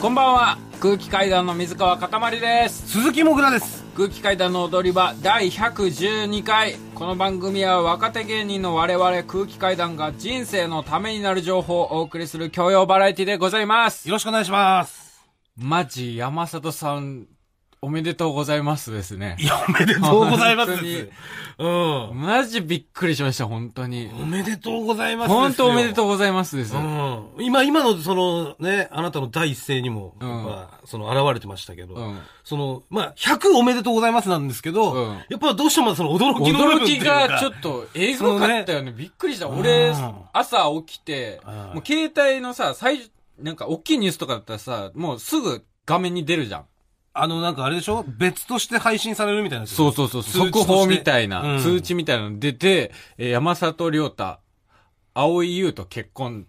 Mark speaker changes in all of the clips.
Speaker 1: こんばんは空気階段の水川かたまりです
Speaker 2: 鈴木もぐらです
Speaker 1: 空気階段の踊り場第112回この番組は若手芸人の我々空気階段が人生のためになる情報をお送りする教養バラエティでございます
Speaker 2: よろしくお願いします
Speaker 1: マジ山里さんおめでとうございますですね
Speaker 2: いやおめでとうございます
Speaker 1: 本当に
Speaker 2: うん
Speaker 1: マジびっくりしました本当に
Speaker 2: おめでとうございます
Speaker 1: 本当おめでとう
Speaker 2: う
Speaker 1: ございますです、
Speaker 2: うん、今、今の、その、ね、あなたの第一声にも、
Speaker 1: うん
Speaker 2: まあその、現れてましたけど、
Speaker 1: うん
Speaker 2: その、まあ、100おめでとうございますなんですけど、
Speaker 1: うん
Speaker 2: やっぱどうしてもその驚きの部分
Speaker 1: 驚
Speaker 2: ってい
Speaker 1: き
Speaker 2: うか
Speaker 1: がちょっと、えぐかったよね。びっくりした。俺
Speaker 2: うん、
Speaker 1: 朝起きて
Speaker 2: うん、
Speaker 1: もう携帯のさ、最、なんか大きいニュースとかだったらさ、もうすぐ画面に出るじゃん。
Speaker 2: あの、なんかあれでしょ別として配信されるみたいなやつ。
Speaker 1: そうそうそう、
Speaker 2: 通知として
Speaker 1: 速報みたいうな、
Speaker 2: ん
Speaker 1: 通知みたいなの出て、えー山里亮太、青井優と結婚、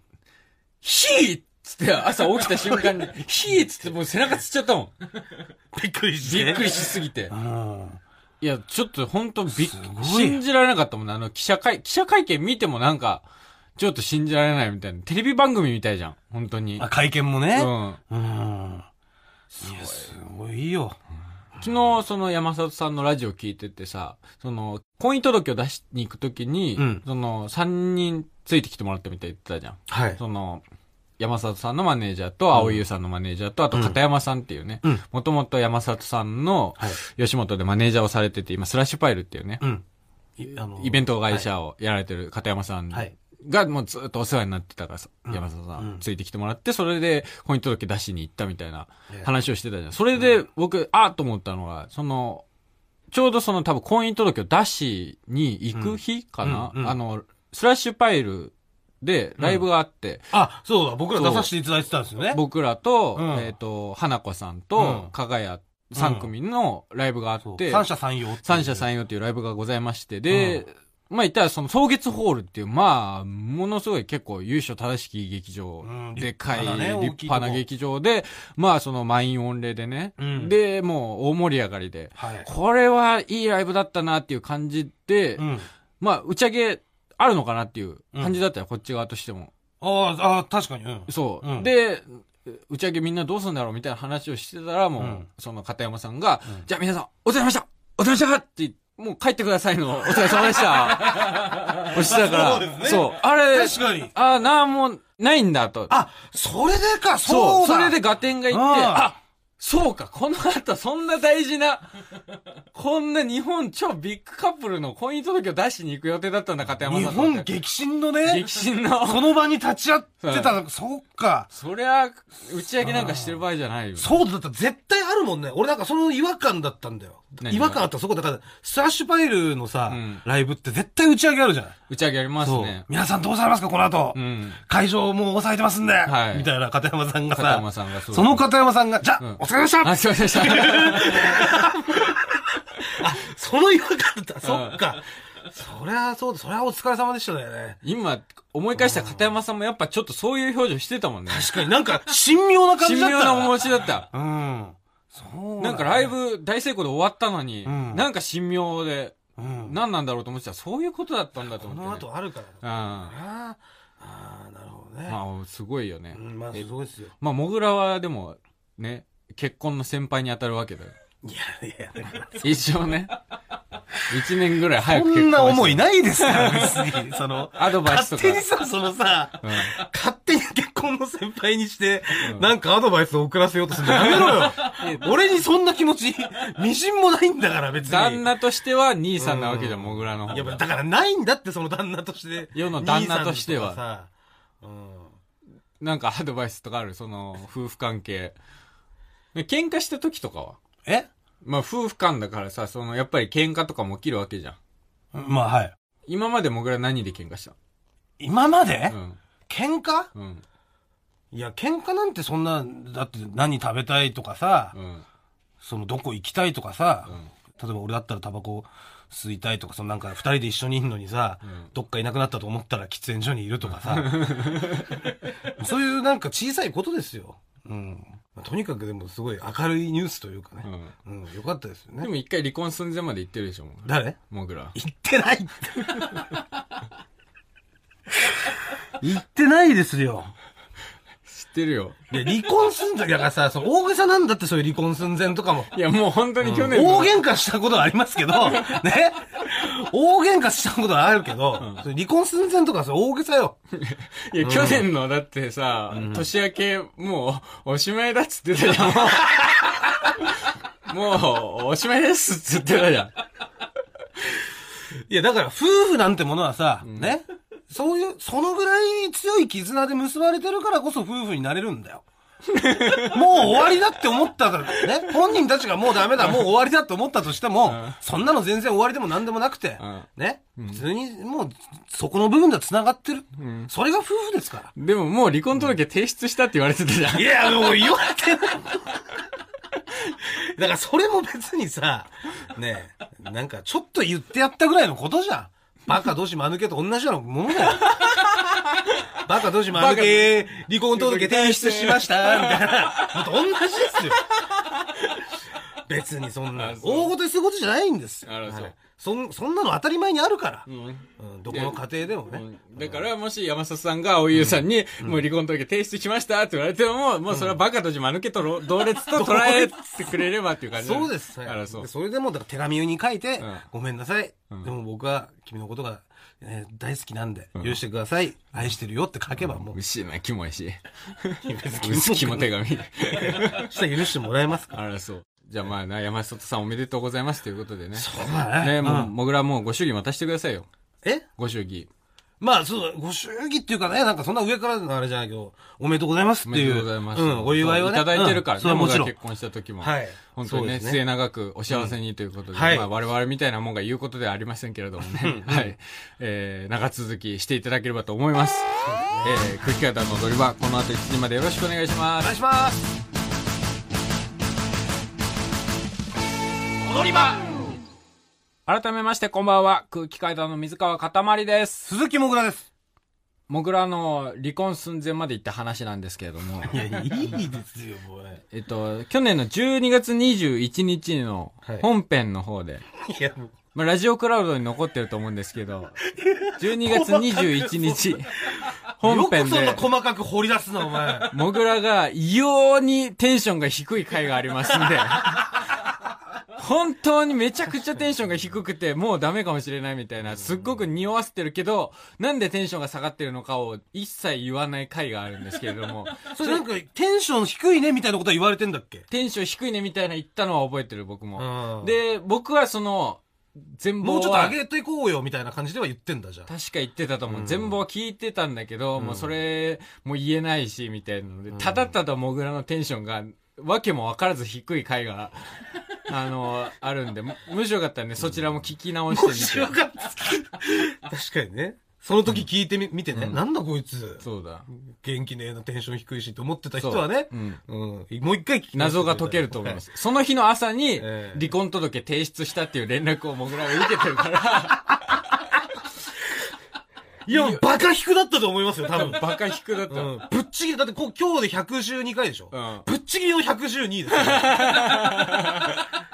Speaker 1: ひーっつって朝起きた瞬間に、ひーっつってもう背中つっちゃったもん。
Speaker 2: びっくりして。
Speaker 1: びっくりしすぎて
Speaker 2: う。ん。
Speaker 1: いや、ちょっと本当びっ
Speaker 2: す
Speaker 1: く
Speaker 2: ごい
Speaker 1: 信じられなかったもんね。あの、記者会、記者会見見てもなんか、ちょっと信じられないみたいな。テレビ番組みたいじゃん。本当に。
Speaker 2: あ、会見も
Speaker 1: う
Speaker 2: ね。
Speaker 1: ん。
Speaker 2: うん。いや、すごいよ。
Speaker 1: 昨日、その山里さんのラジオ聞いててさ、その、婚姻届を出しに行くときに、
Speaker 2: うん
Speaker 1: その、3人ついてきてもらったみたいに言ってたじゃん。
Speaker 2: はい。
Speaker 1: その、山里さんのマネージャーと、青井優さんのマネージャーと、あと片山さんっていうね
Speaker 2: うん、
Speaker 1: もともと山里さんの
Speaker 2: はい。
Speaker 1: 吉本でマネージャーをされてて、今、スラッシュパイルっていうね、
Speaker 2: うん。いあの
Speaker 1: イベント会社をやられてる片山さん
Speaker 2: はい。
Speaker 1: がもうずっとお世話になってたからさ、
Speaker 2: うん
Speaker 1: 山里さん、
Speaker 2: うん
Speaker 1: ついてきてもらって、それで婚姻届出しに行ったみたいな
Speaker 2: ええ
Speaker 1: 話をしてたじゃん。それで僕、あーと思ったのが、その、ちょうどその多分婚姻届を出しに行く日かな、
Speaker 2: うんうんうん
Speaker 1: あの、スラッシュパイルでライブがあって、
Speaker 2: あ、そうだ、僕ら出させていただいてたんですよね。
Speaker 1: 僕らと、
Speaker 2: うん
Speaker 1: えっ、と、花子さん
Speaker 2: う
Speaker 1: と
Speaker 2: ん、
Speaker 1: 加賀谷3組のライブがあ
Speaker 2: そ
Speaker 1: っ
Speaker 2: う
Speaker 1: て、
Speaker 2: 三者三様。
Speaker 1: 三者三様っていうライブがございまして、で、まあ言ったらその草月ホールっていう、まあ、ものすごい結構優勝正しき劇場、
Speaker 2: うん
Speaker 1: でかい、
Speaker 2: 立派なね
Speaker 1: 立派な劇場で、まあその満員御礼でね、
Speaker 2: うん
Speaker 1: で、もう大盛り上がりで、
Speaker 2: はい。
Speaker 1: これはいいライブだったなっていう感じで、
Speaker 2: うん。
Speaker 1: まあ打ち上げあるのかなっていう感じだったよ、こっち側としても。
Speaker 2: ああ、あー確かに。うん。
Speaker 1: そう。
Speaker 2: うん
Speaker 1: で、打ち上げみんなどうするんだろうみたいな話をしてたら、もう、
Speaker 2: うん
Speaker 1: その片山さんが、
Speaker 2: うん
Speaker 1: じゃあ皆さん、お疲れ様でしたお疲れ様でしたって言って、もう帰ってくださいの、お疲れ様で した。押してたから、
Speaker 2: そうですね
Speaker 1: そうあれ、
Speaker 2: 確かに。
Speaker 1: あ、なんもないんだと。
Speaker 2: あ、それでか、
Speaker 1: そう
Speaker 2: そう
Speaker 1: そ
Speaker 2: だ
Speaker 1: れで、合点がいって、
Speaker 2: うん
Speaker 1: あそうか、この後そんな大事な、こんな日本超ビッグカップルの婚姻届を出しに行く予定だったんだ、片山
Speaker 2: 日
Speaker 1: さん。
Speaker 2: 本激震のね
Speaker 1: 激、震の。
Speaker 2: この場に立ち会ってた、そうか。
Speaker 1: そりゃ、打ち上げなんかしてる場合じゃないよ。
Speaker 2: そうだったら絶対あるもんね。俺なんかその違和感だったんだよ。
Speaker 1: 何
Speaker 2: 違和感あったらそこだから、スラッシュパイルのさ、
Speaker 1: うん
Speaker 2: ライブって絶対打ち上げあるじゃない。
Speaker 1: 打ち上げやります
Speaker 2: そう
Speaker 1: ね。
Speaker 2: 皆さんどうされますかこの後。
Speaker 1: うん。
Speaker 2: 会場もう抑えてますんで、
Speaker 1: はい
Speaker 2: みたいな片山さんが
Speaker 1: 片山
Speaker 2: さ、
Speaker 1: さんがそう。
Speaker 2: その片山さんが、じゃあ、
Speaker 1: うん
Speaker 2: お疲れ様でした
Speaker 1: あ、すいませんでした。
Speaker 2: その違和感だった。そっか。そりゃそうだ。そりゃお疲れ様でしただよね。
Speaker 1: 今、思い返したら片山さんもやっぱちょっとそういう表情してたもんね。
Speaker 2: 確かになんか、神妙な感
Speaker 1: 神
Speaker 2: じだった
Speaker 1: 妙な
Speaker 2: な。
Speaker 1: 面持ちだった。
Speaker 2: うん。そうだね
Speaker 1: なんかライ、ブ大成功で終わったのに、
Speaker 2: うん
Speaker 1: なんか神妙で、
Speaker 2: うん。
Speaker 1: 何なんだろうと思ってたら、そういうことだったんだと
Speaker 2: こ
Speaker 1: 思って、ね。
Speaker 2: の後あるから
Speaker 1: あ
Speaker 2: な。ああ、なるほどね。まあ、
Speaker 1: まあ、すごいよね。
Speaker 2: うん、まあ、すごいですよ。
Speaker 1: まあ、モグラはでも、ね、結婚の先輩に当たるわけだよ。
Speaker 2: いやいや、
Speaker 1: 一応ね。一年ぐらい早
Speaker 2: こ
Speaker 1: く結婚
Speaker 2: んな思い
Speaker 1: な。
Speaker 2: ないですから、別に。その、
Speaker 1: アドバイスと
Speaker 2: 勝
Speaker 1: か。
Speaker 2: 手にさ、そのさ、
Speaker 1: うん
Speaker 2: 勝手に結婚の先輩にして、
Speaker 1: うん
Speaker 2: なんかアドバイスを送らせようとするのやめろ よ俺にそんな気持ち、微塵もないんだから別に。
Speaker 1: 旦那としては兄さんなわけじゃん、
Speaker 2: うん
Speaker 1: モグラの方
Speaker 2: いや、
Speaker 1: が。
Speaker 2: だからないんだって、その旦那として。
Speaker 1: 世の旦那としては
Speaker 2: 兄さんとかさ。うん。
Speaker 1: なんかアドバイスとかあるその、夫婦関係。ね喧嘩した時とかは
Speaker 2: え
Speaker 1: まあ、夫婦間だからさ、その、やっぱり喧嘩とかも起きるわけじゃん。
Speaker 2: まあはい。
Speaker 1: 今までモグラ何で喧嘩した
Speaker 2: 今まで、
Speaker 1: うん。
Speaker 2: 喧嘩
Speaker 1: うん。
Speaker 2: いや、喧嘩なんてそんな、だって何食べたいとかさ、
Speaker 1: うん。
Speaker 2: そのどこ行きたいとかさ、
Speaker 1: うん
Speaker 2: 例えば俺だったらタバコ吸いたいとか、そのなんか二人で一緒にいるのにさ、
Speaker 1: うん
Speaker 2: どっかいなくなったと思ったら喫煙所にいると かさ、そういうなんか小さいことですよ。うん。まあとにかくでもすごい明るいニュースというか
Speaker 1: う
Speaker 2: ね。
Speaker 1: ん。
Speaker 2: うん、よかったですよ
Speaker 1: で
Speaker 2: ね。
Speaker 1: も一回離婚寸前まで行ってるでしょ、モグラ
Speaker 2: 誰
Speaker 1: モグラ。
Speaker 2: 行ってな いって。行ってないですよ。
Speaker 1: ってるよ。
Speaker 2: で、離婚寸前、だからさ、その大げさなんだってそういう離婚寸前とかも。
Speaker 1: いや、もう本当に去年の、
Speaker 2: 大喧嘩したことはあります けど、ね大喧嘩したことはあるけど、それ離婚寸前とかそれ大げさよ。
Speaker 1: いや、去年の、だってさ、年明け、もう、おしまいだっつってたじゃん、もう。もう、おしまいですっつってたじゃん。
Speaker 2: いや、だから夫婦なんてものはさ、ね、そういう、そのぐらい強い絆で結ばれてるからこそ夫婦になれるんだ よ。もう終わりだって思ったからね。本人たちがもうダメだ、もう終わりだって思ったとしても、そんなの全然終わりでも何でもなくて
Speaker 1: うん、
Speaker 2: ね。普通に、もう、そこの部分では繋がってる。それが夫婦ですから。
Speaker 1: でももう離婚届提出したって言われてたじゃん。
Speaker 2: いや、もう言われてない。だからそれも別にさ、ねえ、なんかちょっと言ってやったぐらいのことじゃん。バカ同士間抜けと同じようなものだよ。バカ同士間抜け、離婚届提出しました、みたいな。もっと同じですよ。別にそんな、
Speaker 1: そう
Speaker 2: 大ごとにすることじゃないんですよ。
Speaker 1: あらそう
Speaker 2: はいそんそんなの当たり前にあるから。
Speaker 1: うん
Speaker 2: うん、どこの家庭でも
Speaker 1: う
Speaker 2: ね。
Speaker 1: んだから、もし山里さんがおゆうさんに、もう離婚届提出しましたって言われても、もうそれはバカとじまぬけとろ同列と捉えてくれればっていう感じだね
Speaker 2: そうです。
Speaker 1: あ
Speaker 2: はい
Speaker 1: ら、そう
Speaker 2: で。それでも、だから手紙に書いて、
Speaker 1: うん
Speaker 2: ごめんなさい、
Speaker 1: ん
Speaker 2: でも僕は君のことが、えー大好きなんで、許してください。愛してるよって書けばもう、
Speaker 1: 薄いな、キモいし。
Speaker 2: 別に
Speaker 1: 薄キモ手 紙。
Speaker 2: したら許してもらえますか
Speaker 1: あら、そう。じゃあまあな、山里さんおめでとうございますということでね。
Speaker 2: そうだね。
Speaker 1: ね、もう、
Speaker 2: ん
Speaker 1: もぐらもうご祝儀渡してくださいよ。
Speaker 2: え
Speaker 1: ご祝儀。
Speaker 2: まあ、そう、ご祝儀っていうかね、なんかそんな上からのあれじゃないけど、おめでとうございます
Speaker 1: お
Speaker 2: って
Speaker 1: め
Speaker 2: い
Speaker 1: で
Speaker 2: う。
Speaker 1: とうございます。
Speaker 2: うん、お祝いはね。
Speaker 1: そうただいてるから
Speaker 2: う
Speaker 1: ね。
Speaker 2: んそれはもちろ
Speaker 1: 僕が。
Speaker 2: ん
Speaker 1: 結婚した時も。
Speaker 2: はい
Speaker 1: 本当にね
Speaker 2: そうですね
Speaker 1: 末永くお幸せにということで、
Speaker 2: はい
Speaker 1: まあ我々みたいなもんが言うことではありませんけれどもね。はい。えー、長続きしていただければと思います。えー、空気階段の踊り場、この後1時までよろしくお願いしま
Speaker 2: お願
Speaker 1: す。
Speaker 2: いします。踊り場
Speaker 1: 改めましてこんばんは、空気階段の水川かたまりです。
Speaker 2: 鈴木もぐらです。
Speaker 1: もぐらの離婚寸前まで行った話なんですけれども。
Speaker 2: いや、いいですよ、もうね。
Speaker 1: えっと、去年の12月21日の
Speaker 2: はい
Speaker 1: 本編の方で、
Speaker 2: いや、もう。
Speaker 1: まあ、ラジオクラウドに残ってると思うんですけ ど、12月21日、本
Speaker 2: よ
Speaker 1: 編
Speaker 2: くそんな
Speaker 1: で、
Speaker 2: 細かく掘り出すな、お前。
Speaker 1: モグラが異様にテンションが低い回がありますんで、本当にめちゃくちゃテンションが低くて、もうダメかもしれないみたいな、すっごく匂わせてるけど、なんでテンションが下がってるのかを一切言わない回があるんですけれど も、
Speaker 2: それなんか、テンション低いねみたいなことは言われてんだっけ
Speaker 1: テンション低いねみたいな言ったのは覚えてる僕も。
Speaker 2: うん
Speaker 1: で、僕はその、全貌
Speaker 2: もうちょっと
Speaker 1: は
Speaker 2: 上げていこうよみたいな感じでは言ってんだじゃん。
Speaker 1: 確か言ってたと思う。
Speaker 2: うん
Speaker 1: 全貌は聞いてたんだけど、もうそれも言えないし、みたいなので、
Speaker 2: ん
Speaker 1: ただただモグラのテンションが、わけもわからず低い回が、 あの、あるんで、むむしろよかったらね、そちらも聞き直
Speaker 2: 面
Speaker 1: してみ
Speaker 2: 白
Speaker 1: て。
Speaker 2: かった。確かにね。その時聞いてみ、見てね。
Speaker 1: うん
Speaker 2: なんだこいつ。
Speaker 1: そうだ。
Speaker 2: 元気ねえな、テンション低いしって思ってた人はね
Speaker 1: そ。ううん
Speaker 2: うん。もう一回聞き直して
Speaker 1: 謎
Speaker 2: くれたら
Speaker 1: が解けると思いま。す。その日の朝に、
Speaker 2: ええ
Speaker 1: 離婚届提出したっていう連絡をモグラが受けてるから、
Speaker 2: いや、バカ低だったと思いますよ、多分。
Speaker 1: バカ低だった。
Speaker 2: うん。ぶっちぎり、だってこう今日で112回でしょ。
Speaker 1: うん
Speaker 2: ぶっちぎりの112ですよ。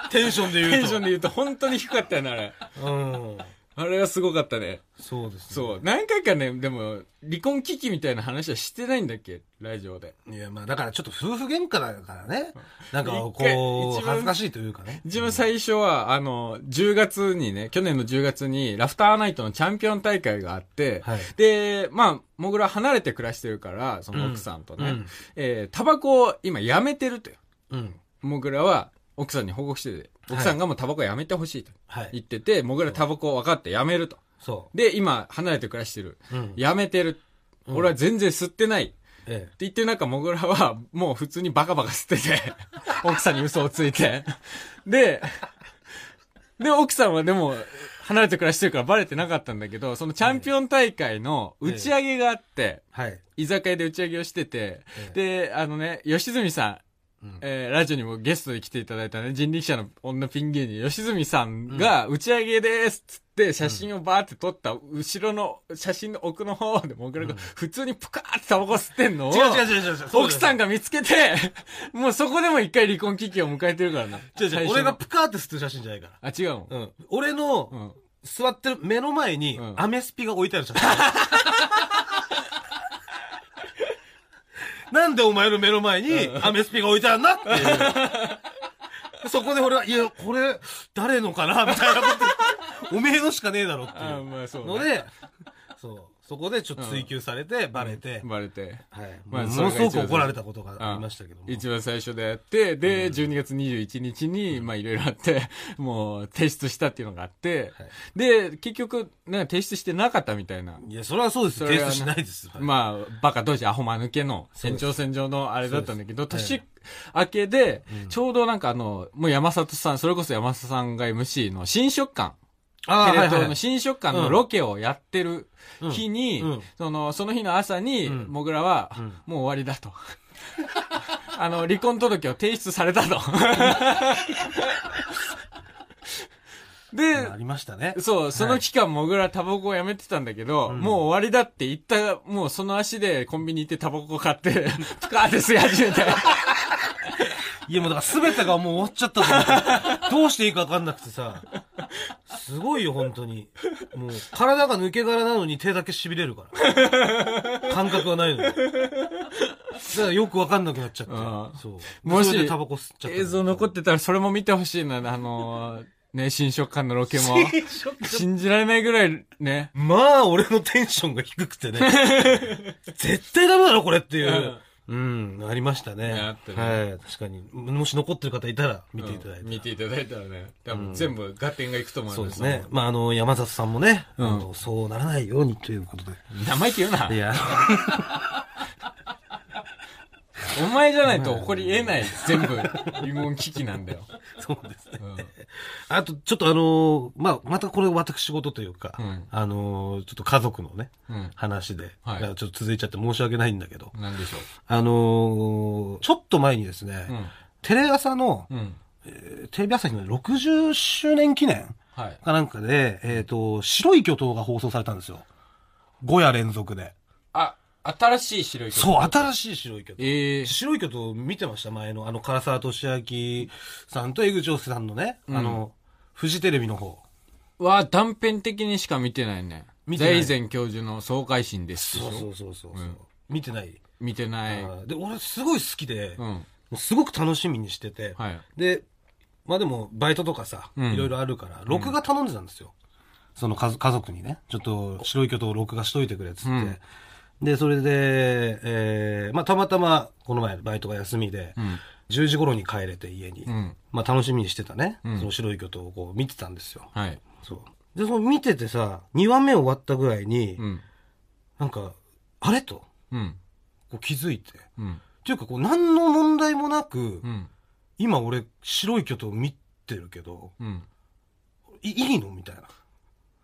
Speaker 2: テンションで言うと。
Speaker 1: テンションで言うと本当に低かったよね、あれ。
Speaker 2: うん。
Speaker 1: あれはすごかったね。
Speaker 2: そうですね。
Speaker 1: そう。何回かね、でも、離婚危機みたいな話はしてないんだっけラジオで。
Speaker 2: いや、まあだからちょっと夫婦喧嘩だからね。なんか
Speaker 1: 一回
Speaker 2: こ
Speaker 1: 一
Speaker 2: う、
Speaker 1: 番
Speaker 2: 恥ずかしいというかね。
Speaker 1: 自分最初は、あの、10月にね、去年の10月に、ラフターナイトのチャンピオン大会があって、
Speaker 2: はい
Speaker 1: で、まあ、もぐら離れて暮らしてるから、その奥さんとね、
Speaker 2: うん
Speaker 1: えータバコを今やめてると。
Speaker 2: うん。
Speaker 1: もぐらは、奥さんに報告してて、奥さんがもうタバコやめてほしいと
Speaker 2: は
Speaker 1: 言っ
Speaker 2: い。
Speaker 1: てて、もぐらタバコ分かってやめると。
Speaker 2: そ
Speaker 1: で、今、離れて暮らしてる。
Speaker 2: う。うん。
Speaker 1: やめてる。
Speaker 2: うん
Speaker 1: 俺は全然吸ってない。
Speaker 2: え
Speaker 1: って言ってる中、モグラは、もう普通にバカバカ吸ってて、 奥さんに嘘をついて。で、で、奥さんはでも、離れて暮らしてるからバレてなかったんだけど、そのチャンピオン大会の打ち上げがあって、
Speaker 2: え。はい。
Speaker 1: 居酒屋で打ち上げをしてて、で、あのね、吉住さん、
Speaker 2: うん
Speaker 1: えーラジオにもゲストで来ていただいたね、人力車の女ピン芸人、吉住さんが、打ち上げですっつって、写真をバーって撮った、後ろの、写真の奥の方で、モグラが普通にプカーってタバコ吸ってんのを、
Speaker 2: 違う違う違う違う違う。
Speaker 1: 奥さ
Speaker 2: ん。
Speaker 1: んが見つけて、 もうそこでも一回離婚危機を迎えてるからな。
Speaker 2: 違う
Speaker 1: 最
Speaker 2: 違う。
Speaker 1: 初の
Speaker 2: 俺が。プカーって吸ってる写真じゃないから。
Speaker 1: あ、違うの。
Speaker 2: うん。俺
Speaker 1: う
Speaker 2: の、
Speaker 1: ん。
Speaker 2: 座ってる目の前に
Speaker 1: うん、
Speaker 2: アメスピが置いてある写真。 なんでお前の目の前にアメスピが置いてあんなっていう。そこで俺は、いや、これ、誰のかなみたいなこと。おめえのしかねえだろって
Speaker 1: あ
Speaker 2: い
Speaker 1: まあそうう
Speaker 2: の
Speaker 1: ね、
Speaker 2: で、そう。そこでちょっと追求されて、バレて、
Speaker 1: バレて。
Speaker 2: はい。
Speaker 1: まあ
Speaker 2: も
Speaker 1: それが
Speaker 2: のすご
Speaker 1: 一
Speaker 2: く
Speaker 1: 番
Speaker 2: 怒られたことがありましたけども。
Speaker 1: 一番最初でやって、で、12月21日に、まあいろいろあって、 もう提出したっていうのがあって、
Speaker 2: はい
Speaker 1: で、結局、なんか提出してなかったみたいな。
Speaker 2: いや、それはそうですよ。
Speaker 1: それ
Speaker 2: 提
Speaker 1: は
Speaker 2: 出しないです。はい
Speaker 1: まあ、バカ同士アホ間抜けの
Speaker 2: そう
Speaker 1: 延
Speaker 2: です
Speaker 1: 長線上のあれだったんだけど、
Speaker 2: そうです
Speaker 1: 年明けで、ちょうどなんかあの、もう山里さん、それこそ山里さんが MC の新食感、
Speaker 2: あ
Speaker 1: テ
Speaker 2: ーは
Speaker 1: レ東
Speaker 2: いはい
Speaker 1: の新食感のロケをやってる
Speaker 2: うん
Speaker 1: 日に、
Speaker 2: うんうん
Speaker 1: その、その日の朝に、
Speaker 2: うん
Speaker 1: もぐらは、
Speaker 2: うん
Speaker 1: もう終わりだと。 あの、離婚届を提出された と。で、
Speaker 2: ありましたね。
Speaker 1: そう、その期間、もぐらタバコをやめてたんだけど、
Speaker 2: うん
Speaker 1: もう終わりだって言った、もうその足でコンビニ行ってタバコ買って、 プカーって吸い始めて。
Speaker 2: いや、もうだから全てがもう終わっちゃったと思って。どうしていいか分かんなくてさ。すごいよ、本当に。もう、体が抜け殻なのに手だけ痺れるから。感覚がないのよ。だからよく分かんなくなっちゃ
Speaker 1: あ
Speaker 2: っ
Speaker 1: あ
Speaker 2: て。そう。
Speaker 1: もし
Speaker 2: それでタバコ吸っちゃった。
Speaker 1: 映像残ってたらそれも見てほしいな、あのーね、新食感のロ ケも。信じられないぐらいね。
Speaker 2: まあ、俺のテンションが低くてね。絶対ダメだろ、これっていう。うん、ありましたね。
Speaker 1: ねあったね
Speaker 2: はい、確かに。もし残ってる方いたら、見ていただいて。
Speaker 1: 見ていただいたらね。多分全部合点がいくと思います。
Speaker 2: そうですね。まあ、あの、山里さんもね、
Speaker 1: うん
Speaker 2: あのそうならないようにということで。
Speaker 1: 生意気言うな。
Speaker 2: いや、
Speaker 1: お前じゃないと起こり得ない、全部、疑問危機なんだよ。
Speaker 2: そうですね。
Speaker 1: うん
Speaker 2: あと、ちょっとあのーまあ、またこれ私事というか、
Speaker 1: うん
Speaker 2: あのーちょっと家族のね、
Speaker 1: うん
Speaker 2: 話で、
Speaker 1: はい
Speaker 2: いやちょっと続いちゃって申し訳ないんだけど、
Speaker 1: なんでしょ
Speaker 2: あのーちょっと前にですね、
Speaker 1: う。
Speaker 2: テレ朝の、
Speaker 1: うん。うん。
Speaker 2: えーテレビ朝日の60周年記念
Speaker 1: はい。
Speaker 2: かなんかで、えっ、と、白い巨頭が放送されたんですよ。5夜連続で。
Speaker 1: あ、新しい白い
Speaker 2: そう、
Speaker 1: あ
Speaker 2: 新しい白い巨頭。
Speaker 1: ええ
Speaker 2: 白い巨頭見てました前の、あの、唐沢俊明さんと江口洋介さんのね、
Speaker 1: うん
Speaker 2: あの、フジテレビの方。
Speaker 1: は断片的にしか見てないね。
Speaker 2: 見てない
Speaker 1: 財前教授の総会心ですでし
Speaker 2: そ
Speaker 1: ょ
Speaker 2: うそうそうそう。
Speaker 1: うん
Speaker 2: 見てない、
Speaker 1: 見てない。
Speaker 2: あーで、俺すごい好きで、
Speaker 1: う
Speaker 2: も
Speaker 1: ん。
Speaker 2: うすごく楽しみにしてて、
Speaker 1: はい。
Speaker 2: で、まあでも、バイトとかさ、
Speaker 1: うん
Speaker 2: いろいろあるから、録画頼んでたんですよ。その家族家族にね、ちょっと白い巨頭を録画しといてくれっつって。
Speaker 1: うん
Speaker 2: で、それで、えーまあたまたま、この前バイトが休みで、
Speaker 1: うん。
Speaker 2: 10時頃に帰れて家に、
Speaker 1: うん。
Speaker 2: まあ楽しみにしてたね、
Speaker 1: うん
Speaker 2: その白い巨頭をこう見てたんですよ。
Speaker 1: はい。
Speaker 2: そう。で、その見ててさ、2話目終わったぐらいに、
Speaker 1: うん。
Speaker 2: なんか、あれと、
Speaker 1: うん。
Speaker 2: こう気づいて。っ
Speaker 1: うん。
Speaker 2: ていうか、こう何の問題もなく、
Speaker 1: うん。
Speaker 2: 今俺白い巨頭見てるけど、
Speaker 1: うん。
Speaker 2: いいいのみたいな。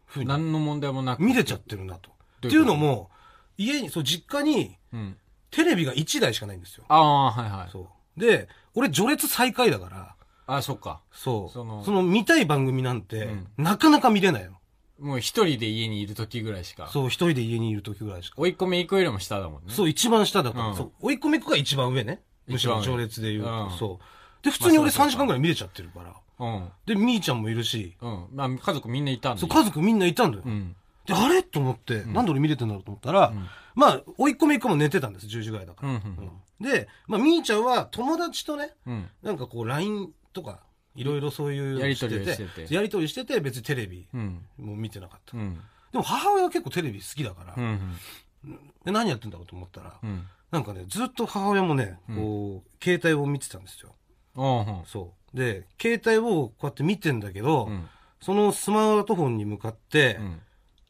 Speaker 2: ふうに。
Speaker 1: 何の問題もなく。
Speaker 2: 見れちゃってるなと。
Speaker 1: どういうこと
Speaker 2: っていうのも、家に、そう、実家に
Speaker 1: うん。
Speaker 2: テレビが1台しかないんですよ。
Speaker 1: ああ、はいはい。
Speaker 2: そう。で、俺序列最下位だから、
Speaker 1: あ、そっか。
Speaker 2: そう。
Speaker 1: そ
Speaker 2: そ
Speaker 1: の
Speaker 2: の、見たい番組なんて、
Speaker 1: うん
Speaker 2: なかなか見れないの。
Speaker 1: もう一人で家にいる時ぐらいしか。
Speaker 2: そう、一人で家にいる時ぐらいしか。
Speaker 1: 追い込み行くよりも下だもんね。
Speaker 2: そう、一番下だから、
Speaker 1: うん
Speaker 2: そう、追い込みっ子が一番上ね。むしろ
Speaker 1: 一番
Speaker 2: 序
Speaker 1: 上
Speaker 2: 列で言うと、
Speaker 1: うん
Speaker 2: そう。で、普通
Speaker 1: ま
Speaker 2: に
Speaker 1: あ
Speaker 2: 俺
Speaker 1: そうか
Speaker 2: 3時間ぐらい見れちゃってるから。
Speaker 1: うん。
Speaker 2: で、みーちゃんもいるし、
Speaker 1: うん。まあ、家族みんないたんで。
Speaker 2: そう、家族みんないたんだよ。
Speaker 1: うん。
Speaker 2: で、あれと思って、なんで俺見れてんだろうと思ったら、
Speaker 1: ん
Speaker 2: まあ、追い込み一個も寝てたんです、10時ぐらいだか
Speaker 1: う
Speaker 2: ら。
Speaker 1: ん。
Speaker 2: うんで、まあ、みーちゃんは友達とね、
Speaker 1: うん。
Speaker 2: なんかこう、LINE とか、いろいろそういうの
Speaker 1: やりとりをしてて
Speaker 2: やりとりしてて、別にテレビ
Speaker 1: うん。
Speaker 2: も見てなかった。
Speaker 1: うん。
Speaker 2: でも母親は結構テレビ好きだから、
Speaker 1: うん。うん。
Speaker 2: で何やってんだろうと思ったら、
Speaker 1: うん。
Speaker 2: なんかね、ずっと母親もね、こう、携帯を見てたんですよ。
Speaker 1: うん。
Speaker 2: そう。で、携帯をこうやって見てんだけど、
Speaker 1: うん。
Speaker 2: そのスマートフォンに向かって、
Speaker 1: うん。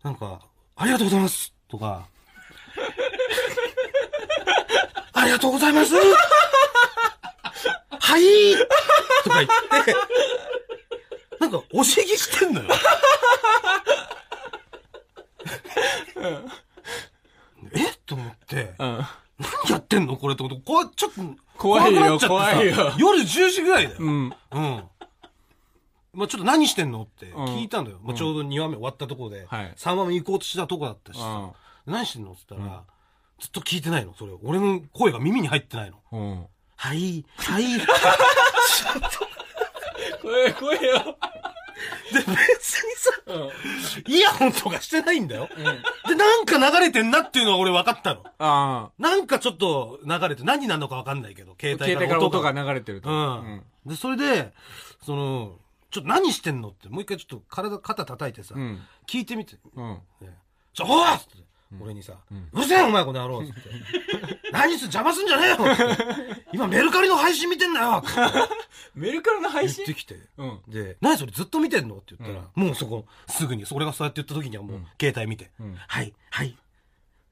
Speaker 2: なんか、ありがとうございます とか、ありがとうございますはいとか言って、なんか、お辞儀してんのよ。えと思って、
Speaker 1: うん。
Speaker 2: 何やってんのこれってこと、こわちょっと、
Speaker 1: 怖いよ
Speaker 2: くなっちゃってさ
Speaker 1: 怖いよ
Speaker 2: 夜10時ぐらいだよ。
Speaker 1: うん。
Speaker 2: うん。まあちょっと何してんのって聞いたんだよ。
Speaker 1: ん
Speaker 2: まあちょうど2話目終わったところで、
Speaker 1: はい
Speaker 2: 3話目行こうとしたとこだったしさ、何してんのって言ったら、ずっと聞いてないの、それを。俺の声が耳に入ってないの。
Speaker 1: うん。
Speaker 2: はい、はい。
Speaker 1: 声、声よ。
Speaker 2: で、別にさ、
Speaker 1: うん。うん。
Speaker 2: イヤホンとかしてないんだよ。で、なんか流れてんなっていうのは俺分かったの。
Speaker 1: ああ。
Speaker 2: なんかちょっと流れて、何なのか分かんないけど、携
Speaker 1: 携
Speaker 2: 帯
Speaker 1: 帯か
Speaker 2: か
Speaker 1: らら
Speaker 2: 音
Speaker 1: 音
Speaker 2: が
Speaker 1: が。流れてると。
Speaker 2: うん。で、それで、その、ちょっと何してんのって、もう一回ちょっと体、肩叩いてさ、
Speaker 1: うん。
Speaker 2: 聞いてみて、
Speaker 1: うん。
Speaker 2: ねちょ、おいっつって、俺にさ、うるせえよお前この野郎っ つって。何すん邪魔すんじゃねえよっつって今メルカリの配信見てんだよっつって
Speaker 1: メルカリの配
Speaker 2: 言っ
Speaker 1: 信
Speaker 2: てきて。
Speaker 1: うん。
Speaker 2: で、何それずっと見てんのって言ったら、もうそこ、すぐに、そ俺がそうやって言った時にはもう、携帯見て、
Speaker 1: うん
Speaker 2: はい、はい、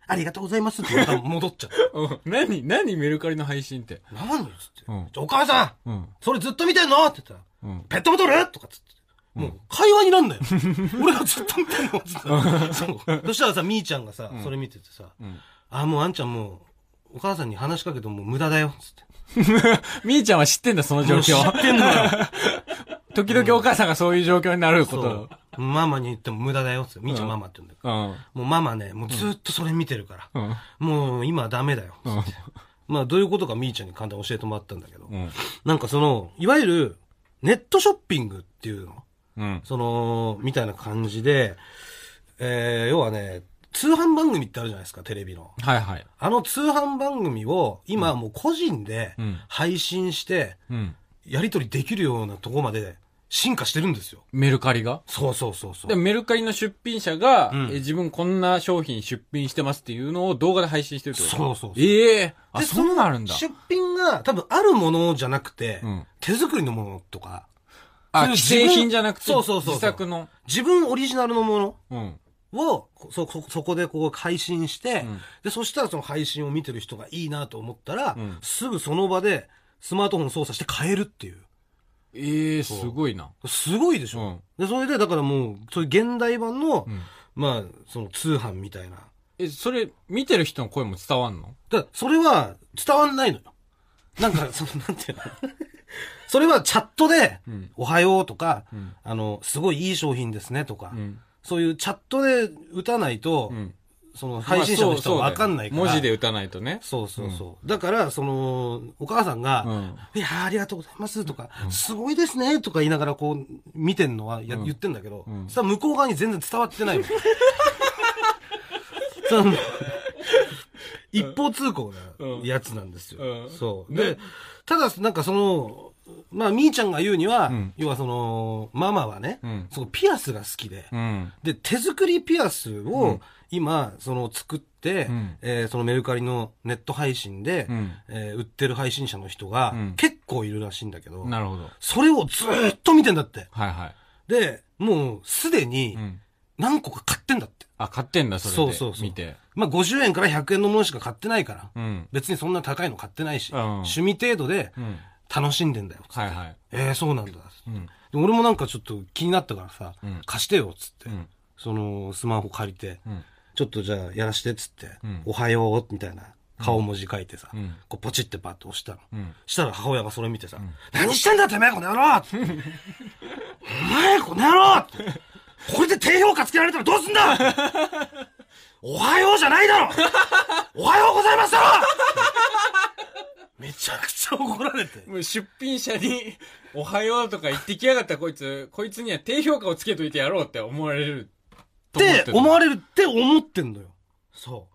Speaker 2: ありがとうございますってまた 戻っちゃっ
Speaker 1: うん。何何メルカリの配信って。
Speaker 2: た。何っつって、
Speaker 1: うん
Speaker 2: ちょお母さん
Speaker 1: うん。
Speaker 2: それずっと見てんのって言ったら、
Speaker 1: うん。
Speaker 2: ペットボトルとかっつって。もう会話になんないよ。 俺がずっと見てんのっつって。そうそしたらさ、みーちゃんがさ、それ見ててさ、
Speaker 1: ん
Speaker 2: あ、もうあんちゃんもう、お母さんに話しかけてももう無駄だよ、つって。
Speaker 1: みーちゃんは知ってんだ、その状況
Speaker 2: もう。知ってんのよ。
Speaker 1: 時々お母さんがそういう状況にな るこ
Speaker 2: そ
Speaker 1: と。
Speaker 2: う。ママに言っても無駄だよ、つって。みーちゃんママって言うんだけど。
Speaker 1: うん。
Speaker 2: もうママね、もうずっとそれ見てるか
Speaker 1: う
Speaker 2: ら。
Speaker 1: ん。
Speaker 2: もう今はダメだよ。つってまあどういうことかみーちゃんに簡単に教えてもらったんだけど。
Speaker 1: うん。
Speaker 2: なんかその、いわゆる、ネットショッピングっていうの
Speaker 1: うん。
Speaker 2: その、みたいな感じで、えー、要はね、通販番組ってあるじゃないですか、テレビの。
Speaker 1: はいはい。
Speaker 2: あの通販番組を今はもう個人で
Speaker 1: うん
Speaker 2: 配信して、
Speaker 1: うん。
Speaker 2: やり取りできるようなとこまで進化してるんですよ。
Speaker 1: メルカリが
Speaker 2: そうそうそうそう。
Speaker 1: で、メルカリの出品者が、
Speaker 2: うん
Speaker 1: え自分こんな商品出品してますっていうのを動画で配信してるってこと
Speaker 2: そうそうそう
Speaker 1: ええあ、
Speaker 2: で
Speaker 1: そうなるんだ。
Speaker 2: 出品が多分あるものじゃなくて、
Speaker 1: うん
Speaker 2: 手作りのものとか、
Speaker 1: あ、
Speaker 2: それ
Speaker 1: 既
Speaker 2: 自分
Speaker 1: 製品じゃなくて、
Speaker 2: そうそうそうそう
Speaker 1: 自作の。
Speaker 2: 自分オリジナルのもの
Speaker 1: うん。
Speaker 2: を、そ、そ、そこでこう配信して、
Speaker 1: うん
Speaker 2: で、そしたらその配信を見てる人がいいなと思ったら、
Speaker 1: うん
Speaker 2: すぐその場でスマートフォン操作して買えるっていう。
Speaker 1: ええすごいな。
Speaker 2: すごいでし
Speaker 1: う
Speaker 2: ょ、
Speaker 1: ん。
Speaker 2: で、それでだからもう、そういう現代版の、
Speaker 1: うん。
Speaker 2: まあ、その通販みたいな。
Speaker 1: え、それ、見てる人の声も伝わんの
Speaker 2: だからそれは伝わんないのよ。なんか、その、 なんていうのそれはチャットで、
Speaker 1: うん。
Speaker 2: おはようとか、
Speaker 1: うん。
Speaker 2: あの、すごいいい商品ですねとか、
Speaker 1: うん。
Speaker 2: そういうチャットで打たないと、
Speaker 1: うん。
Speaker 2: その配信者の人はわかんないから。
Speaker 1: まあそうそうだよ文字で打たないとね。
Speaker 2: そうそうそう。だから、その、お母さん
Speaker 1: う
Speaker 2: が、
Speaker 1: ん。
Speaker 2: いやーありがとうございますとか、すごいですねとか言いながらこう、見てんのはや、言ってんだけど、
Speaker 1: うん
Speaker 2: さ、向こう側に全然伝わってない のその一方通行
Speaker 1: うん
Speaker 2: なやつなんですよ。
Speaker 1: うん
Speaker 2: そう。
Speaker 1: ね
Speaker 2: で、ただ、なんかその、まあ、みーちゃんが言うには、
Speaker 1: うん
Speaker 2: 要はその、ママはね、
Speaker 1: うん。
Speaker 2: そのピアスが好きで、
Speaker 1: うん。
Speaker 2: で、手作りピアス
Speaker 1: うん
Speaker 2: を今、その作って、
Speaker 1: うん
Speaker 2: えーそのメルカリのネット配信で、えー売ってる配信者の人が
Speaker 1: うん
Speaker 2: 結構いるらしいんだけど、
Speaker 1: うん。なるほど。
Speaker 2: それをずーっと見てんだって。
Speaker 1: はいは
Speaker 2: で、もうすで
Speaker 1: い。
Speaker 2: に
Speaker 1: うん。
Speaker 2: 何個か買ってんだって。
Speaker 1: あ、買ってんだ、それで。
Speaker 2: そうそうそう
Speaker 1: 見て。
Speaker 2: まあ、50円から100円のものしか買ってないから。
Speaker 1: うん。
Speaker 2: 別にそんな高いの買ってないし、
Speaker 1: うん
Speaker 2: 趣味程度で
Speaker 1: うん。
Speaker 2: 楽しんでんだよ。
Speaker 1: はいはい。
Speaker 2: えー、そうなんだ。
Speaker 1: うん。
Speaker 2: で俺もなんかちょっと気になったからさ、
Speaker 1: うん
Speaker 2: 貸してよ、つって。
Speaker 1: うん。
Speaker 2: その、スマホ借りて。
Speaker 1: うん。
Speaker 2: ちょっとじゃあやらしてっつって、
Speaker 1: うん
Speaker 2: おはようみたいな顔文字書いてさ、
Speaker 1: うん
Speaker 2: こうポチってバッと押したの。
Speaker 1: うん。
Speaker 2: したら母親がそれ見てさ、何してんだてめえこの 野郎ってお前この野郎ってこれで低評価つけられたらどうすんだおはようじゃないだろおはようございますだろめちゃくちゃ怒られて。
Speaker 1: もう出品者 に、おはようとか言ってきやがったこいつ、こいつには低評価をつけといてやろうって思われる。
Speaker 2: って思
Speaker 1: わ
Speaker 2: われるって思ってんのよ。そ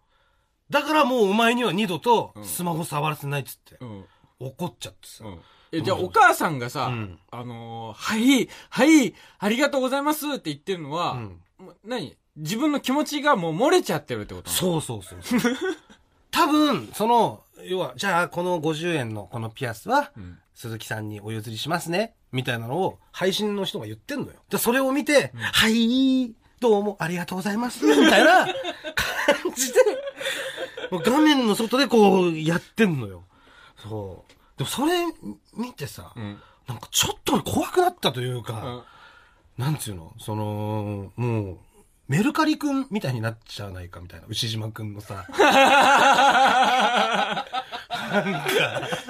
Speaker 2: う。だからもうお前には二度とスマホ触らせないっつって、
Speaker 1: うん。
Speaker 2: 怒っちゃってさ。
Speaker 1: うん。え、じゃあお母さんがさ、
Speaker 2: うん
Speaker 1: あのーはい、はい、ありがとうございますって言ってるのは、
Speaker 2: うん
Speaker 1: もう何自分の気持ちがもう漏れちゃってるってこと
Speaker 2: そうそうそうそう。 多分、その、要は、じゃあ、この50円のこのピアスは、
Speaker 1: う。うん。
Speaker 2: 鈴木さんにお譲りしますね、みたいなのを、配信の人が言ってんのよ。で、それを見て、はい、どうもありがとうございます、みたいな感じで、もう画面の外でこう、やってんのよ。そう。でも、それ見てさ、
Speaker 1: うん。
Speaker 2: なんかちょっと怖くなったというか、
Speaker 1: うん
Speaker 2: なんつうのその、もう、メルカリくんみたいになっちゃわないかみたいな。牛島くん のさ。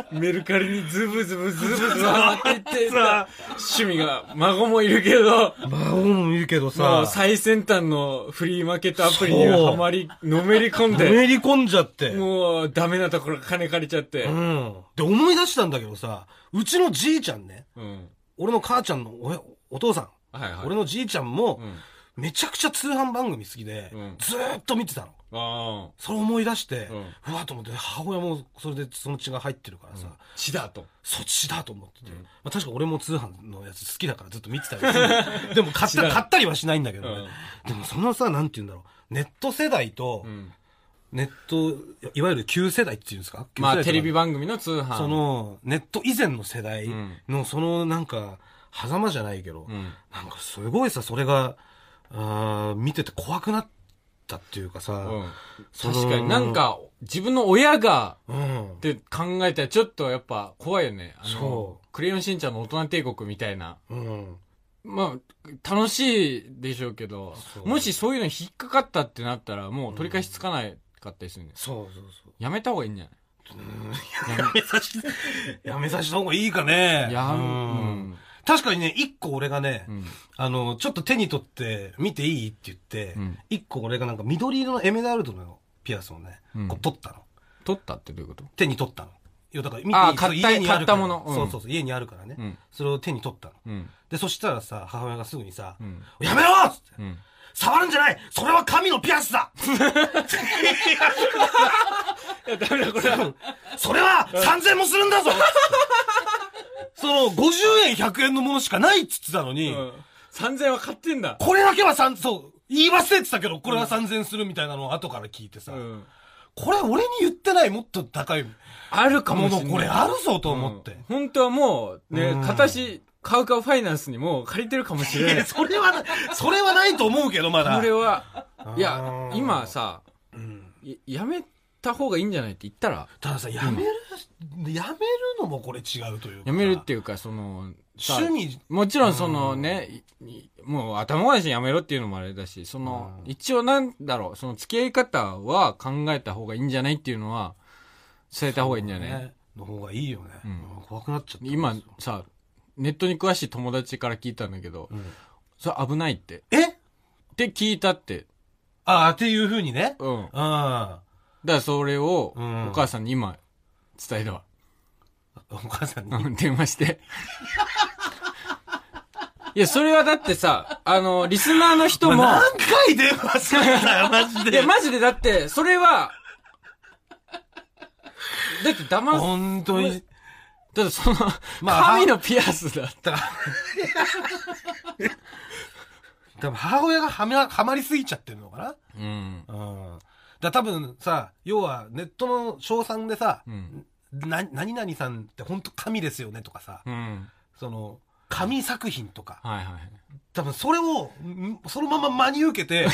Speaker 1: メルカリにズブズブズブズブハマっていって さ、趣味が、孫もいるけど、
Speaker 2: 魔王もいるけど
Speaker 1: もう
Speaker 2: さ、
Speaker 1: 最先端のフリーマーケットアプリに
Speaker 2: そう
Speaker 1: はまり、のめり込ん
Speaker 2: の
Speaker 1: で、
Speaker 2: めり込んじゃって。うん。
Speaker 1: もうダメなところ金借りちゃって、
Speaker 2: で、思い出したんだけどさ、うちのじいちゃんね、
Speaker 1: うん。
Speaker 2: 俺の母ちゃんのおやお父さん、
Speaker 1: はいはい。
Speaker 2: 俺のじいちゃんも
Speaker 1: う、ん。
Speaker 2: めちゃくちゃ通販番組好きで、
Speaker 1: うん
Speaker 2: ずーっと見てたの。
Speaker 1: あ
Speaker 2: それ思い出して、
Speaker 1: う
Speaker 2: うわーと思って、母親もそれでその血が入ってるからさ、
Speaker 1: あ。血だと。
Speaker 2: そっちだと思ってて、まあ、確か俺も通販のやつ好きだからずっと見てたけ どでも買っ
Speaker 1: 知ら
Speaker 2: た
Speaker 1: ん
Speaker 2: 買ったりはしないんだけ
Speaker 1: う
Speaker 2: どね、
Speaker 1: ん。
Speaker 2: でもそのさなんて言うんだろうネット世代と
Speaker 1: うん。
Speaker 2: ネットいわゆる旧世代っていうんですか
Speaker 1: ま
Speaker 2: 旧世代とか
Speaker 1: あ、テレビ番組の通販。
Speaker 2: そ、のネット以前の世代
Speaker 1: うん
Speaker 2: のそのなんか狭間じゃないけど、
Speaker 1: うん。
Speaker 2: なんかすごいさそれがあー見てて怖くなったっていうかさ、
Speaker 1: うん。
Speaker 2: その
Speaker 1: 確かになんか、自分の親が、
Speaker 2: うん
Speaker 1: って考えたらちょっとやっぱ怖いよね。あの
Speaker 2: そ
Speaker 1: クレヨンしんちゃんの大人帝国みたいな。
Speaker 2: うん
Speaker 1: まあ、楽しいでしょうけど
Speaker 2: そ、う
Speaker 1: もしそういうのに引っかかったってなったら、もう取り返しつかないかったりするんです。
Speaker 2: そうそうそう
Speaker 1: やめた方がいいんじゃない
Speaker 2: やめさし、やめさした方がいいかね。
Speaker 1: や
Speaker 2: う
Speaker 1: うんん。
Speaker 2: 確かにね、一個俺がね、
Speaker 1: うん。
Speaker 2: あの、ちょっと手に取って見ていいって言って
Speaker 1: うん、
Speaker 2: 一、個俺がなんか緑色のエメラルドのピアスをね、
Speaker 1: うん
Speaker 2: こう取ったの。
Speaker 1: 取ったってどういうこと
Speaker 2: 手に取ったの。いや、だから見ていい
Speaker 1: あー買った
Speaker 2: それ家にあるから
Speaker 1: 買ったものうん
Speaker 2: そうそうそう、家にあるからね、
Speaker 1: うん。
Speaker 2: それを手に取ったの。
Speaker 1: うん。
Speaker 2: で、そしたらさ、母親がすぐにさ、
Speaker 1: うん。
Speaker 2: やめろっつって
Speaker 1: うん。
Speaker 2: 触るんじゃないそれは神のピア スだ
Speaker 1: いや、ダメだ、これは。
Speaker 2: それは3000もするんだぞ その、50円100円のものしかないっつってたのに、
Speaker 1: 3000は買ってんだ。
Speaker 2: これだけは3、そう、言い忘れてたけど、これは3000するみたいなのを後から聞いてさ、
Speaker 1: うん。
Speaker 2: これ俺に言ってないもっと高い
Speaker 1: あるか
Speaker 2: も
Speaker 1: もし
Speaker 2: の
Speaker 1: れない。
Speaker 2: これあるぞと思って
Speaker 1: うん。本当はもう、ね
Speaker 2: うん、
Speaker 1: 形、買うかファイナンスにもう借りてるかもしれ
Speaker 2: い
Speaker 1: な
Speaker 2: や
Speaker 1: い。
Speaker 2: それはな、それはないと思うけど、まだ。
Speaker 1: これは、いや
Speaker 2: あ、ー
Speaker 1: 今、さ、
Speaker 2: うん
Speaker 1: いやめた方がいいんじゃないって言ったら、
Speaker 2: たださ、やめる、やめるのもこれ違うというか。
Speaker 1: やめるっていうか、その、さ
Speaker 2: 趣味、
Speaker 1: もちろんそのね、いいもう頭ごなしにやめろっていうのもあれだし、その、一応なんだろう、その付き合い方は考えた方がいいんじゃないっていうのは、伝えた方がいいんじゃない、
Speaker 2: ね、の方がいいよね、
Speaker 1: ん
Speaker 2: 怖くなっちゃった。
Speaker 1: 今さ、ネットに詳しい友達から聞いたんだけど、
Speaker 2: うん
Speaker 1: それ危ないって。
Speaker 2: え
Speaker 1: って聞いたって。
Speaker 2: ああ、っていう風にね。
Speaker 1: うん。だか
Speaker 2: あ
Speaker 1: らそれを、
Speaker 2: うん
Speaker 1: お母さんに今、伝えたわ。
Speaker 2: あ、お母さんに。
Speaker 1: うん電話し て。いや、それはだってさ、あの、リスナーの人 も、
Speaker 2: 何回電話するんだ よ、マジ
Speaker 1: いや、
Speaker 2: で。
Speaker 1: マジでだって、それは、だって騙す、
Speaker 2: 本当に。
Speaker 1: だってその、
Speaker 2: まあ
Speaker 1: 神のピアスだ。
Speaker 2: だから、多分母親がはめはまりすぎちゃってるのか
Speaker 1: うん。
Speaker 2: なうん。だから多分さ、要はネットの称賛でさ、
Speaker 1: うん。
Speaker 2: な、何々さんって本当神ですよねとかさ、
Speaker 1: うん。
Speaker 2: その、神作品とか、
Speaker 1: はいはい。
Speaker 2: 多分それを、んそのまま真に受け て、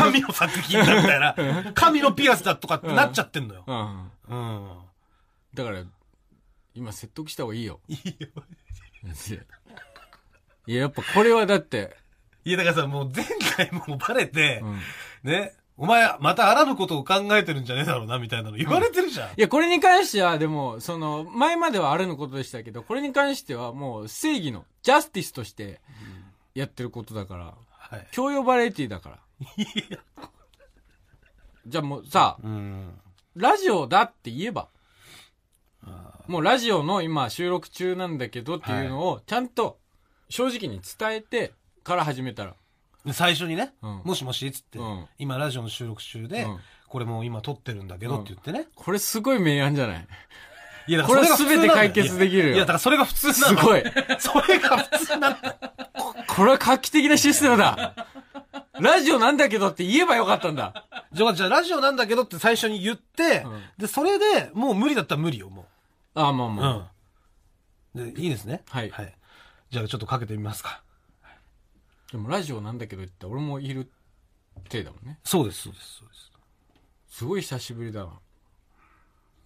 Speaker 2: 神の作品だみたいな、神のピアスだとかってなっちゃってんのよ。
Speaker 1: うん。
Speaker 2: うん。
Speaker 1: だから、今説得した方がいいよ。
Speaker 2: いいよ。
Speaker 1: いや、やっぱこれはだって、
Speaker 2: いや、だからさ、もう前回もバレて
Speaker 1: う、ん。
Speaker 2: ね、お前、またあらぬことを考えてるんじゃねえだろうな、みたいなの言われてるじゃん。
Speaker 1: いや、これに関しては、でも、その、前まではあるのことでしたけど、これに関してはもう正義の、ジャスティスとしてやってることだから、
Speaker 2: はい。
Speaker 1: 教養バラエティだから。じゃあもうさ、
Speaker 2: うん。
Speaker 1: ラジオだって言えば。もうラジオの今収録中なんだけどっていうのをちゃんと正直に伝えてから始めたら。
Speaker 2: 最初にね、
Speaker 1: うん
Speaker 2: もしもしっつって、
Speaker 1: うん
Speaker 2: 今ラジオの収録中で、
Speaker 1: うん
Speaker 2: これもう今撮ってるんだけど
Speaker 1: うん
Speaker 2: って言ってね。
Speaker 1: これすごい明暗じゃない
Speaker 2: いや、だ
Speaker 1: これ
Speaker 2: 普通なん
Speaker 1: 全
Speaker 2: だ
Speaker 1: て
Speaker 2: よ
Speaker 1: 解決できるよ
Speaker 2: いや、いやだからそれが普通な
Speaker 1: す
Speaker 2: の。
Speaker 1: ごい。
Speaker 2: それが普通なんだ。
Speaker 1: これは画期的なシステムだ。ラジオなんだけどって言えばよかったんだ。
Speaker 2: じゃあ、じゃあラジオなんだけどって最初に言って、
Speaker 1: うん
Speaker 2: で、それでもう無理だったら無理よ、も
Speaker 1: ああ、まあ
Speaker 2: う。
Speaker 1: まあ。
Speaker 2: うん。で、いいですね。
Speaker 1: はい
Speaker 2: はい。じゃあ、ちょっとかけてみますか。
Speaker 1: でもラジオなんだけどって俺もいる手だもんね。
Speaker 2: そうです、そうです、そうです。
Speaker 1: すごい久しぶりだわ。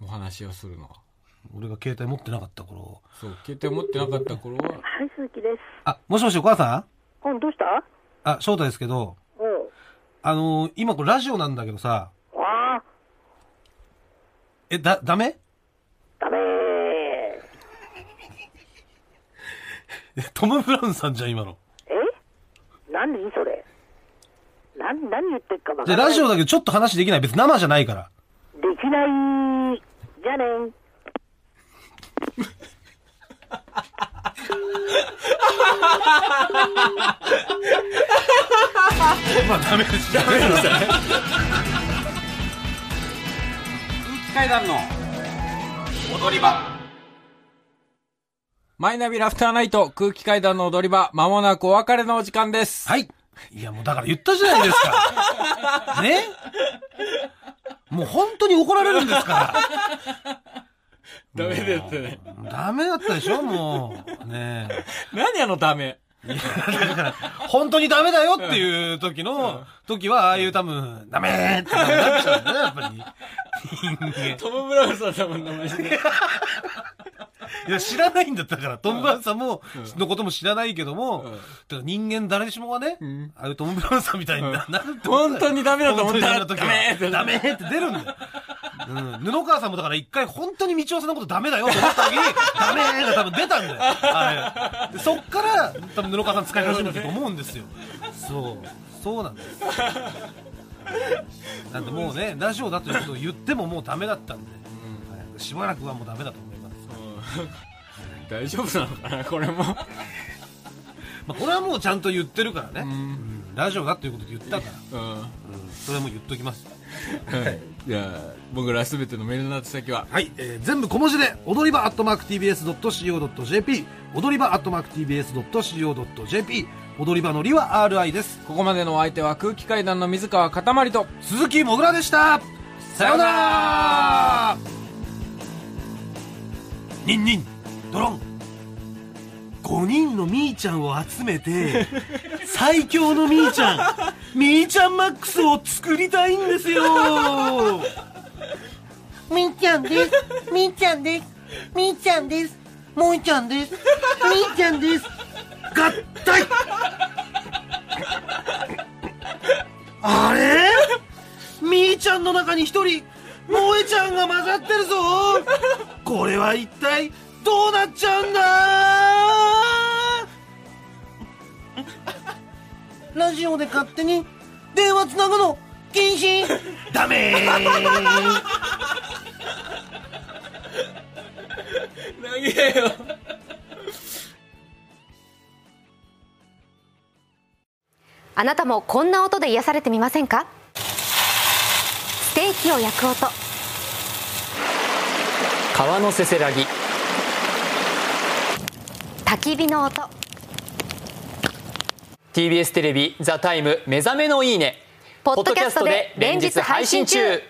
Speaker 1: お話をするのは。
Speaker 2: 俺が携帯持ってなかった頃。
Speaker 1: そう、携帯持ってなかった頃は、
Speaker 3: はい、鈴木です。
Speaker 2: あ、もしもしお母さん
Speaker 3: うん、どうした
Speaker 2: あ、翔太ですけど、
Speaker 3: うん。
Speaker 2: あのー今これラジオなんだけどさ、
Speaker 3: ああ、
Speaker 2: え、だ、ダメ
Speaker 3: ダメー。
Speaker 2: トム・ブラウンさんじゃん、今の。
Speaker 3: え何それ。なん、何言ってっかわ
Speaker 2: じ
Speaker 3: か
Speaker 2: ゃ、
Speaker 3: んない。
Speaker 2: ラジオだけどちょっと話できない。別に生じゃないから。
Speaker 3: できない。じゃあねん。
Speaker 2: まあダメです。ダメ
Speaker 4: 階段の踊り場
Speaker 1: マイナビラフターナイト空気階段の踊り場、まもなくお別れのお時間です。
Speaker 2: はい。いや、もうだから言ったじゃないですか。ねもう本当に怒られるんですから。
Speaker 1: ダメだったね。
Speaker 2: ダメだったでしょもう。ねえ。
Speaker 1: 何あのダメ。
Speaker 2: 本当にダメだよっていう時の、時は、ああいう多分、ダメーって多分なっちゃうんだね、やっぱり。
Speaker 1: トム・ブラウンさんだもんな、マジで。
Speaker 2: いや、知らないんだったから、トム・ブラウンさんも、のことも知らないけども、
Speaker 1: うん
Speaker 2: だから人間誰しもがね、
Speaker 1: ん
Speaker 2: ああいうトム・ブラウンさんみたいにな,、
Speaker 1: うん
Speaker 2: なるって
Speaker 1: 本当にダメだと思ったら
Speaker 2: 本当にダメな時はダメって出るんだよ。うん、布川さんもだから一回本当に道夫さんのことダメだよと 思った時に、ダメが多分出たんだよ。あれ。でそっから、多分布川さん使い始めてると思うんですよ。そう。そうなんです。なんでもうね、ラジオだということを言ってももうダメだったんで、はいしばらくはもうダメだと思います。
Speaker 1: 大丈夫なのかな、これも。
Speaker 2: まあ、これはもうちゃんと言ってるからね、
Speaker 1: う。
Speaker 2: うんんラジオだっていうこと言ったから、
Speaker 1: うん。
Speaker 2: うんそれはもう言っときます
Speaker 1: はい。じゃあ、僕らすべてのメールの宛先は、
Speaker 2: はい、えー全部小文字で踊り場アットマーク TBS.CO.JP 踊り場アットマーク TBS.CO.JP 踊り場のりは RI です
Speaker 1: ここまでのお相手は空気階段の水川かたまりと、
Speaker 2: 鈴木もぐらでしたさようならニンニンドロン5人のみーちゃんを集めて最強のみーちゃんみーちゃんマックスを作りたいんですよ
Speaker 5: みーちゃんです。みーちゃんです。みーちゃんです。もーちゃんです。みーちゃんです。
Speaker 2: 合体あれみーちゃんの中に一人萌えちゃんが混ざってるぞこれは一体どうなっちゃうんだ
Speaker 5: ラジオで勝手に電話つなぐの禁止。
Speaker 2: ダメ
Speaker 1: 投げよ。
Speaker 6: あなたもこんな音で癒されてみませんかステーキを焼く音
Speaker 7: 川のせせらぎ
Speaker 6: 焚き火の音
Speaker 7: TBS テレビ「ザタイム目覚めのいいね」
Speaker 6: ポッドキャストで連日配信中